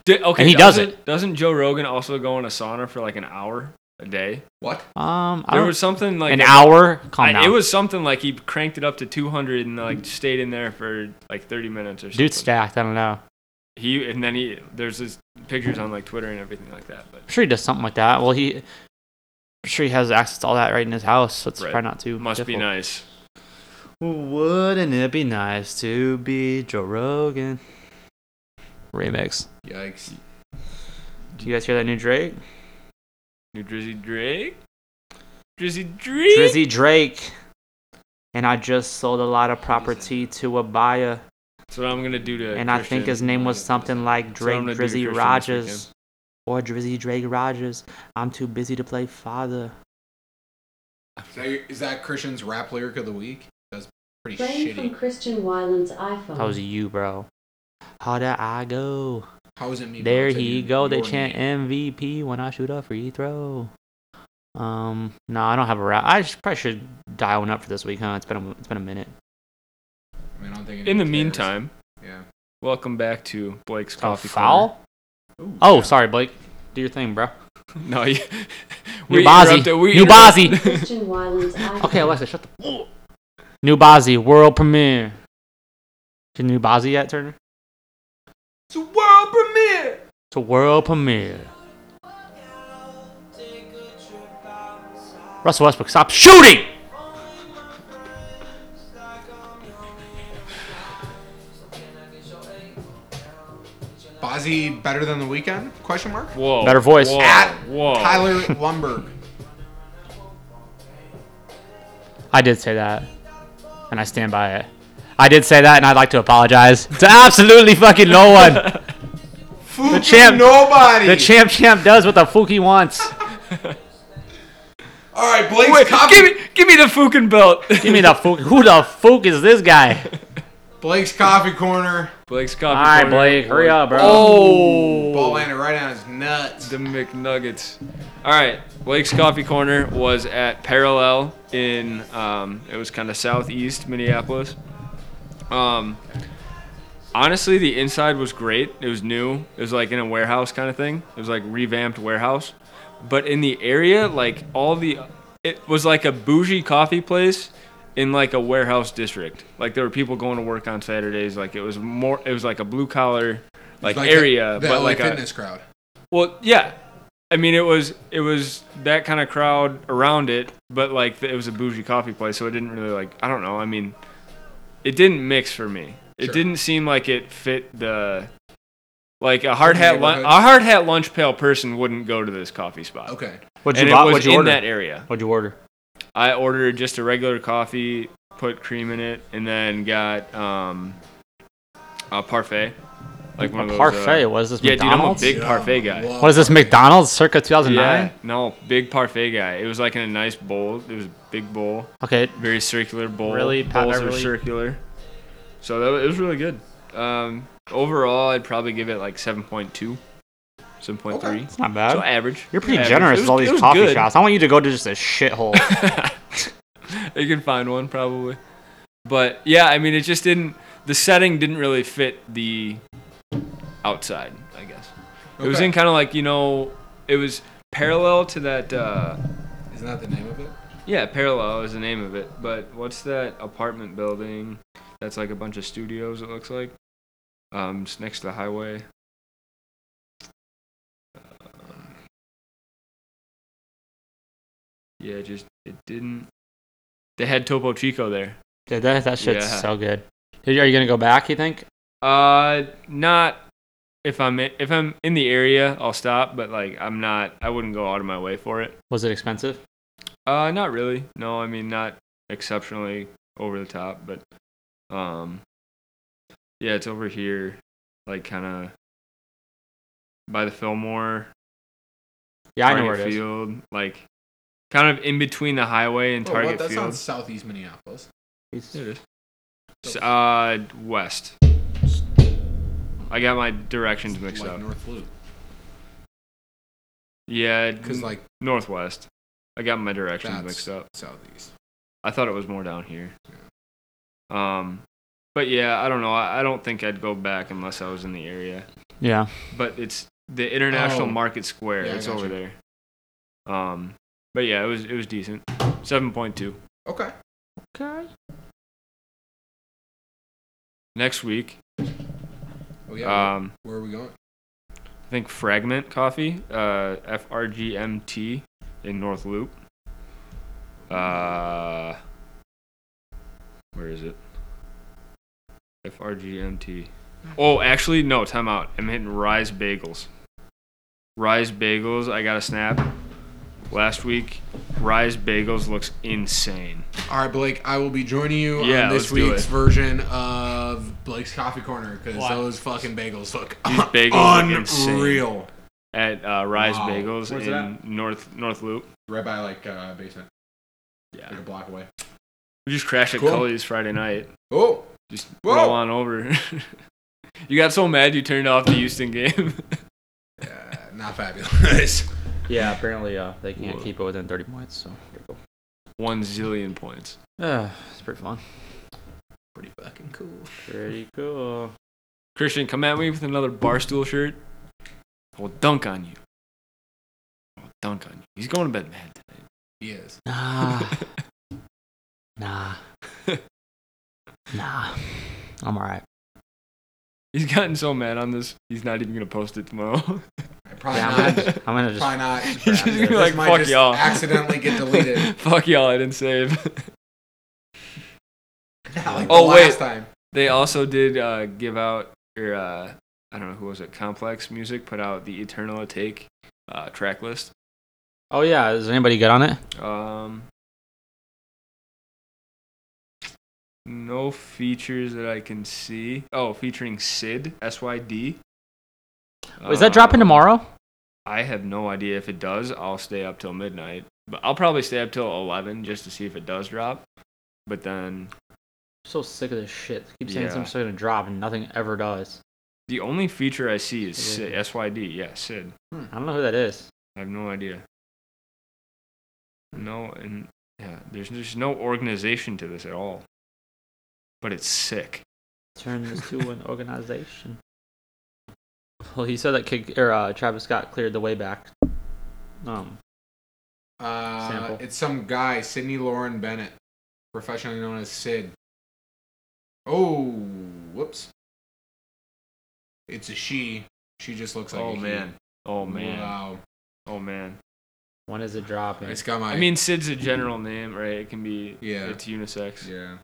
Di- okay, And he does doesn't, Doesn't Joe Rogan also go in a sauna for like an hour a day? What? Um, I There don't, was something like an hour. Calm I, down. it was something like he cranked it up to 200 and like stayed in there for like 30 minutes or something. Dude stacked. I don't know. He and then he there's his pictures on like Twitter and everything like that. But I'm sure he does something like that. Well, he. I'm sure he has access to all that right in his house, so it's Right. probably not too. must be difficult. nice. Wouldn't it be nice to be Joe Rogan? Remix. Yikes. Do you guys hear that new Drake? New Drizzy Drake. Drizzy Drake. Drizzy Drake. And I just sold a lot of property to a buyer. That's what I'm gonna do to. And I think his Christian. name was something like So I'm Drake gonna Drizzy do Christian this Rogers. Or Drizzy Drake Rogers. I'm too busy to play father. Is that, your- is that Christian's rap lyric of the week? That's pretty Playing from shitty. Christian Weiland's iPhone. That was you, bro. How did I go? How is it me? There bro? It's like he your- go. They your chant name. MVP when I shoot a free throw. Um, no, I don't have a route. I should, probably should dial one up for this week, huh? It's been a, it's been a minute. I mean, I don't think In the anyone cares. meantime, Yeah. welcome back to Blake's Oh, Coffee Corner. foul? Ooh, Oh, yeah. sorry, Blake. Do your thing, bro. No, you, we New Bozzy. interrupted- we New interrupted- Bozzy. Christian Wiley's icon. Okay, Alexa, shut the. New Bozzy world premiere. Did New Bozzy yet, Turner? It's a world premiere. It's a world premiere. Russell Westbrook, stop shooting! Bozzy better than the weekend? Question mark. Whoa. Better voice. Whoa. At whoa. Tyler Lumberg. I did say that, and I stand by it. I did say that, and I'd like to apologize to absolutely fucking no one. Fucking champ- Nobody. The champ champ does what the fuck he wants. All right, Blake's Wait, copy. give me, give me the fucking belt. Give me the fuck. Who the fuck is this guy? Blake's coffee corner. Blake's coffee. All right, Corner. Blake, hurry up, bro. Oh, Ball landed right on his nuts. the McNuggets. All right, Blake's Coffee Corner was at Parallel in um, it was kind of southeast Minneapolis. Um, honestly, the inside was great. It was new. It was like in a warehouse kind of thing. It was like revamped warehouse, but in the area, like all the, it was like a bougie coffee place in like a warehouse district. Like there were people going to work on Saturdays. Like it was more. It was like a blue collar. Like, Like area, the, the but LA like a, fitness crowd. well, yeah. I mean, it was it was that kind of crowd around it, but like it was a bougie coffee place, so it didn't really like I don't know. I mean, it didn't mix for me. It Sure. didn't seem like it fit the like a hard hat lun- neighborhood. a hard hat lunch pail person wouldn't go to this coffee spot. Okay. What'd And you, it buy- was what'd you in order? that area. What'd you order? I ordered just a regular coffee, put cream in it, and then got um, a parfait, like one A of those. parfait. Uh, what is this? yeah, dude, I'm a McDonald's? Big parfait guy. Whoa. What is this? McDonald's circa 2009. Yeah, no, big parfait guy. It was like in a nice bowl. It was a big bowl, Okay, very circular bowl. Really? Pat bowls are Beverly? circular. So that wa- it was really good. Um, overall, I'd probably give it like 7.2, 7.3. Okay. it's not So bad. average. Uh, You're pretty Average. generous with It was- all it these was coffee good. shops. I want you to go to just a shithole. you can find one probably. But yeah, I mean, it just didn't. The setting didn't really fit the outside, I guess. It was Okay. in kind of like you know, it was parallel to that. Uh, Isn't that the name of it? Oh, Yeah, Parallel is the name of it. But what's that apartment building that's like a bunch of studios, it looks like? Um, just next to the highway. Um, yeah, just, it didn't. They had Topo Chico there. Dude, that, that shit's Yeah. so good. Are you are you gonna go back? You think? Uh, not. If I'm i- if I'm in the area, I'll stop. But like, I'm not. I wouldn't go out of my way for it. Was it expensive? Uh, not really. No, I mean not exceptionally over the top, but um, yeah, it's over here, like kind of by the Fillmore Yeah, I know Target where it is. Field, like kind of in between the highway and Oh, Target what? That's Field. not southeast Minneapolis. It is. Uh, west. I got my directions mixed like up. North Loop. Yeah, Because like northwest. I got my directions that's Mm. mixed up. southeast. I thought it was more down here. Um, but yeah, I don't know. I, I don't think I'd go back unless I was in the area. Yeah. But it's the International Oh. Market Square. Yeah, I it's gotcha. over there. Um, but yeah, it was it was decent. Seven point two. Okay. Okay. Next week, Oh yeah. um, where are we going? I think Fragment Coffee, uh, F R G M T, in North Loop. Uh, where is it? F R G M T. Oh, actually, no. Time out. I'm hitting Rise Bagels. Rise Bagels. I got a snap last week. Rise Bagels looks insane. All right, Blake. I will be joining you Yeah, on this let's do week's it. version of Blake's Coffee Corner because Why? those fucking bagels look These bagels look insane. unreal. At uh, Rise Wow. Bagels Where's it in at? North North Loop. Right by like uh, basement, Yeah. like a block away. We just crashed at Cool. Cully's Friday night. Oh, Just Whoa. roll on over. you got so mad you turned off the Houston game. uh, not fabulous. Yeah, apparently uh, they can't Whoa. keep it within 30 points, so pretty cool. One zillion points. Uh, it's pretty fun. Pretty fucking cool. Pretty cool. Christian, come at me with another barstool shirt. I will dunk on you. I will dunk on you. He's going to bed mad tonight. He is. Nah. Ah. nah. Nah. I'm alright. He's gotten so mad on this, he's not even gonna post it tomorrow. Probably Yeah, I'm not. gonna, I'm gonna just Probably not. he's just This gonna be like, might "Fuck just y'all." Accidentally get deleted. Fuck y'all, I didn't save. Not like Oh, the wait. last time. they also did uh, give out, or uh, I don't know who was it, Complex Music put out the Eternal Take uh, track list. Oh yeah, is anybody good on it? Um, no features that I can see. Oh, featuring Sid S Y D. Um, Is Uh, that dropping tomorrow? I have no idea if it does. I'll stay up till midnight, but I'll probably stay up till eleven just to see if it does drop. But then so sick of this shit. Keep saying Yeah. something's gonna drop and nothing ever does. the only feature I see is Sid, Yeah. SYD. Yeah, Sid. I don't know who that is. I have no idea. No, and yeah, there's there's no organization to this at all. But it's sick. Turn this to an organization. Well, he said that kid, or, uh, Travis Scott cleared the way back. Um, Uh, Sample. It's some guy, Sidney Lauren Bennett, professionally known as Sid. Oh, whoops. It's a she. She just looks like a oh he. man. Oh man. Wow. Oh man. when is it dropping? It's got my. I mean, Sid's a general name, right? It can be. Yeah. It's unisex. yeah.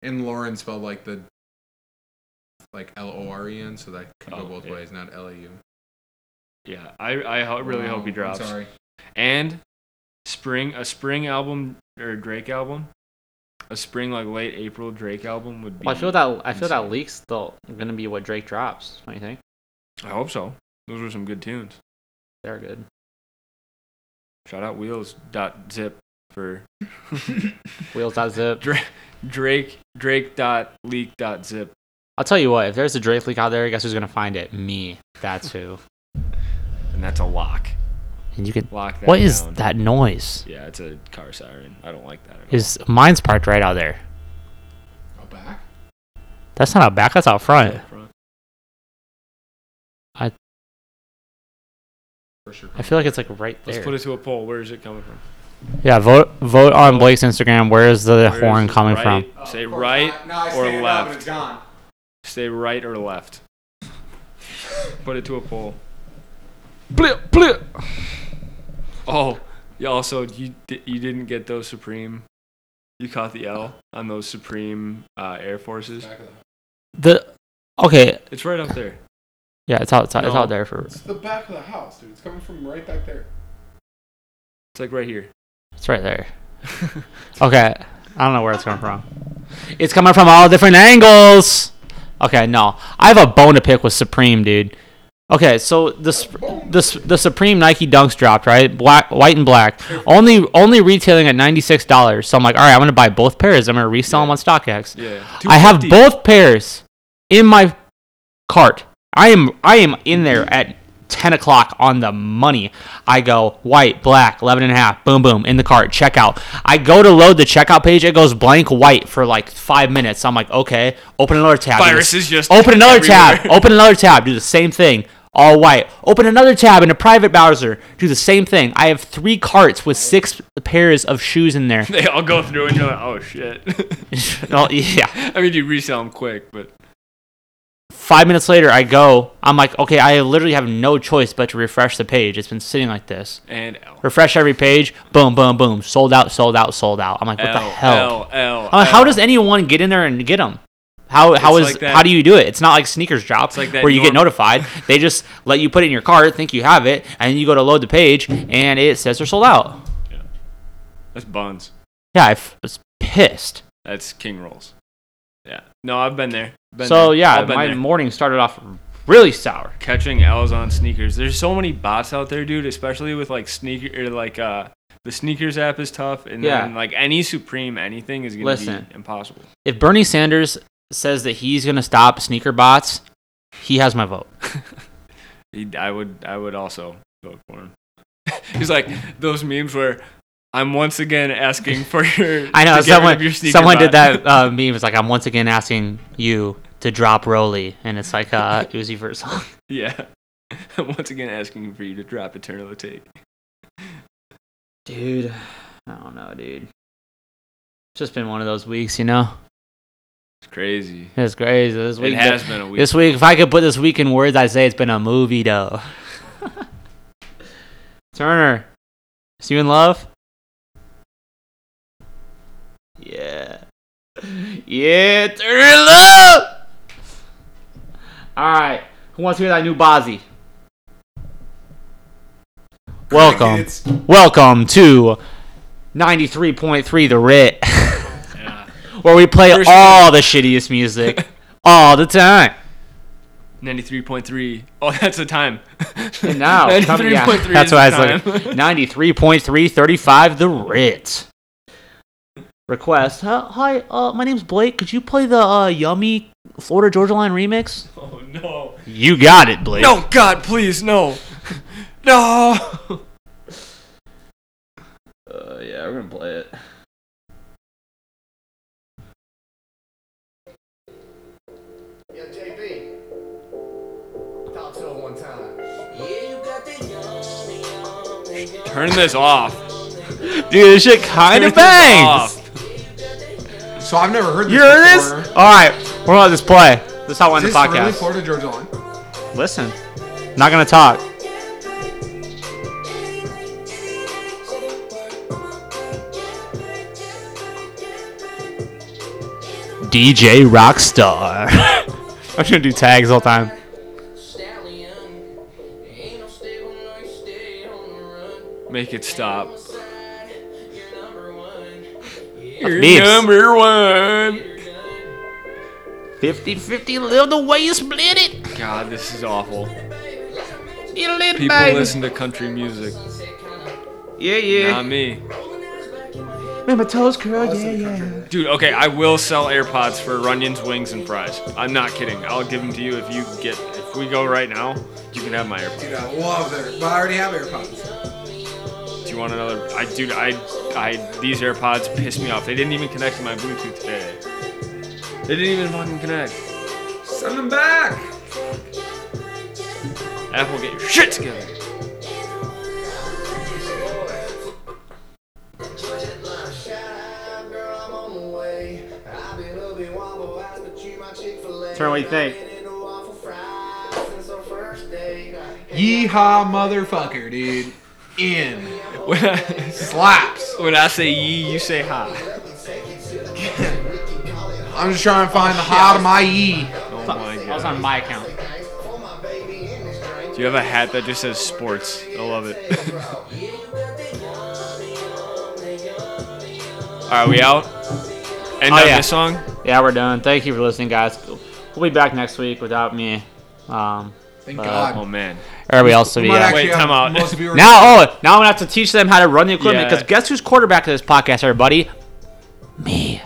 And Lauren spelled like the. Like L O R E N, so that could go Oh, both yeah. ways, not L A U. Yeah. I I ho- really hope he drops. Um, sorry. And spring a spring album or Drake album, a spring like late April Drake album would be. Well, I feel that I feel that insane. leaks still gonna be what Drake drops. Don't you think? I hope so. Those were some good tunes. They're good. Shout out Wheels dot Zip for Wheels out zip. Dra- Drake Drake dot leak dot zip. I'll tell you what. If there's a Drake leak out there, guess who's gonna find it? Me. That's who. and that's a lock. And you can. Lock that. What is down. that noise? Yeah, it's a car siren. I don't like that. At all. Is mine's parked right out there? Oh, back? That's not out back. That's out front. Front. For sure. I feel like it's like right there. Let's put it to a poll. Where is it coming from? Yeah, vote vote on Blake's Instagram. Where is the Where is horn it? coming from? Right, Say right or left. gone. Say right or left. Put it to a poll. Blip blip. Oh, you also you di- you didn't get those Supreme. You caught the L on those Supreme uh, Air Forces. The okay. It's right up there. Yeah, it's out. It's out, it's No. out there for. It's the back of the house, dude. It's coming from right back there. It's like right here. It's right there. Okay, I don't know where it's coming from. It's coming from all different angles. Okay, no, I have a bone to pick with Supreme, dude. Okay, so the Sup- the Sup- the Supreme Nike Dunks dropped right, black, white and black, only only retailing at ninety six dollars. So I'm like, all right, I'm gonna buy both pairs. I'm gonna resell them on StockX. Yeah. I have 250. both pairs in my cart. I am I am in there at ten o'clock on the money. I go white, black, 11 and a half, boom, boom, in the cart, checkout. I go to load the checkout page, it goes blank white for like five minutes. I'm like, okay, open another tab. Do the- Viruses just open another tab. everywhere. Open another tab. Do the same thing. All white. Open another tab in a private browser. Do the same thing. I have three carts with six pairs of shoes in there. They all go through and you're like, oh shit. Oh, yeah. I mean, you resell them quick, but five minutes later i go i'm like okay i literally have no choice but to refresh the page it's been sitting like this and L. refresh every page boom boom boom sold out sold out sold out i'm like what the L, hell L, L, I'm like, how L. does anyone get in there and get them how how It's is like that- how do you do it it's not like sneakers drops like that where you get norm- notified they just let you put it in your cart think you have it and you go to load the page and it says they're sold out That's buns. yeah i f- was pissed That's king rolls. Yeah. No, I've been there. Been so there. yeah I've been my there. morning started off really sour catching L's on sneakers. There's so many bots out there, dude. Especially with like sneaker, or like uh, the sneakers app is tough, and Yeah. then like any Supreme anything is gonna Listen. be impossible. if Bernie Sanders says that he's going to stop sneaker bots, he has my vote. He- I would, I would also vote for him. He's like those memes where I'm once again asking for your. I know to get rid someone. of your sneaker someone did bot. that uh, meme. It's like I'm once again asking you to drop Roly, and it's like uh, Uzi for a song. yeah. I'm once again asking for you to drop Eternal Tape. Dude, I don't know, dude. It's just been one of those weeks, you know. It's crazy. It's crazy. This week, It has been a week. this week, if I could put this week in words, I'd say it's been a movie, though. Turner, is you in love? Yeah. Yeah, turn it up! Alright, who wants to hear that new Bozzy? Welcome, It's- welcome to 93.3 The Writ, yeah. where we play First- all the shittiest music all the time. 93.3. Oh, that's the time. And now, coming- yeah, 93.3 that's is the what I was time. looking. 93.335 The Writ. Request. Uh, hi, uh, my name's Blake. Could you play the uh, Yummy Florida Georgia Line remix? oh, no. You got it, Blake. No, God, please, no. No. Uh, yeah, we're gonna play it. Yo, JB. Talk to her one time. Yeah, you got that yummy, yummy, yummy. Turn this off. Dude, this shit kind Turn of this bangs. off. So I've never heard this. You heard this? before. All right, we're gonna just play. This is how I Is end the this really podcast. Florida Georgia Line? Listen, not gonna talk. DJ Rockstar. I'm just gonna do tags all the time. Stallion. Ain't no stable, no, you stay on the run. Make it stop. Side, you're number one. You're memes. number one. You're done. 50-50, live the way you split it. God, this is awful. Split it, People baby. listen to country music. Yeah, yeah. Not me. Man, my toes curled, yeah, yeah. Dude, okay, I will sell AirPods for Runyon's wings and fries. I'm not kidding. I'll give them to you if you get if we go right now, you can have my AirPods. Dude, I love that. But I already have AirPods. Do you want another I dude, I I these AirPods piss me off. They didn't even connect to my Bluetooth today. They didn't even fucking connect. Send them back. Apple get your shit together. Turn, what do you think? Yeehaw, motherfucker, dude. In When I, slaps. when I say yee, you say hi. I'm just trying to find the hot of my yee. Oh my I was god. on my account. Do you have a hat that just says sports? I love it. Alright, we out? End Oh, on yeah. this song? Yeah, we're done. Thank you for listening, guys. We'll be back next week without me. Um, Thank Uh, Oh God. man. Everybody else will be Might out. actually Wait, have time out. most viewers- Now, oh, now I'm gonna have to teach them how to run the equipment. Yeah. Because guess who's quarterback of this podcast, everybody? Me.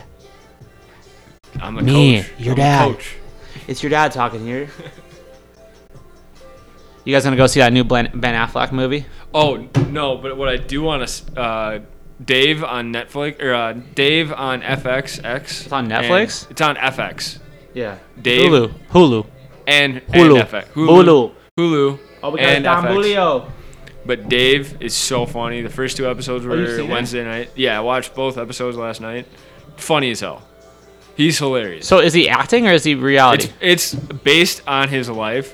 I'm the Me, coach. your I'm the dad. coach. it's your dad talking here. You guys gonna go see that new Ben Ben Affleck movie? Oh no, but what I do want to uh, Dave on Netflix or uh, Dave on FXX. It's on Netflix? It's on FX. Yeah. Dave Hulu. Hulu. and Hulu. and FX. Hulu. Hulu. Oh, we got and Don FX. Julio. But Dave is so funny. The first two episodes you've were seen it? Wednesday night. Yeah, I watched both episodes last night. Funny as hell. He's hilarious. So is he acting or is he reality? It's it's based on his life.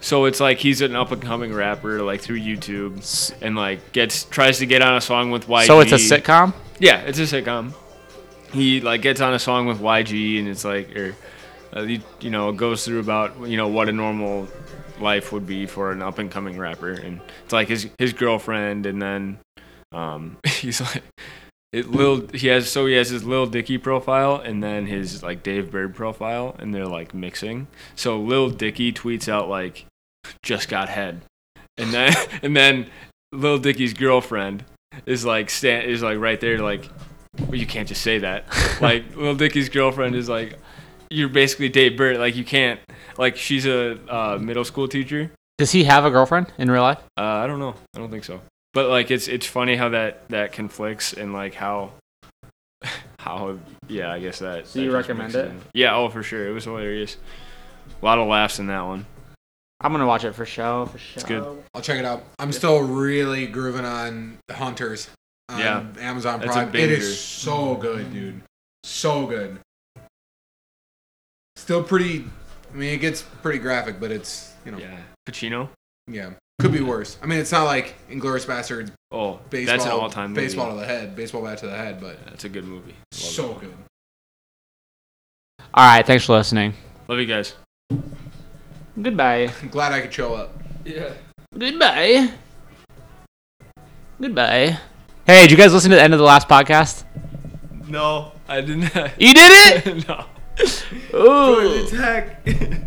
So it's like he's an up and coming rapper, like through YouTube, and like gets tries to get on a song with YG. so it's a sitcom. Yeah, it's a sitcom. He like gets on a song with YG, and it's like, or uh, you, you know, goes through about you know what a normal life would be for an up and coming rapper, and it's like his his girlfriend, and then um, he's like. It Lil he has so he has his Lil Dicky profile and then his like Dave Bird profile and they're like mixing. So Lil Dicky tweets out like just got head. And then and then Lil Dicky's girlfriend is like stand is like right there like well, you can't just say that. like Lil Dicky's girlfriend is like you're basically Dave Bird. Like you can't like she's a uh, middle school teacher. Does he have a girlfriend in real life? Uh, I don't know. I don't think so. But like it's it's funny how that that conflicts and like how how yeah I guess that. So that you just recommend mixes it? in. Yeah, oh for sure, it was hilarious. A lot of laughs in that one. I'm gonna watch it for show. For show. It's good. I'll check it out. I'm still really grooving on Hunters. On Yeah. Amazon That's a Prime. It banger. is so good, dude. So good. Still pretty. I mean, it gets pretty graphic, but it's you know, yeah. Yeah, Pacino. Could be worse. I mean, it's not like Inglorious Bastards Oh, baseball. that's an all-time movie. baseball to the head, baseball bat to the head, but That's a good movie. Love so it. good. All right, thanks for listening. Love you guys. Goodbye. I'm glad I could show up. Yeah. Goodbye. Goodbye. Hey, did you guys listen to the end of the last podcast? No, I didn't. You did it. no. Ooh. attack.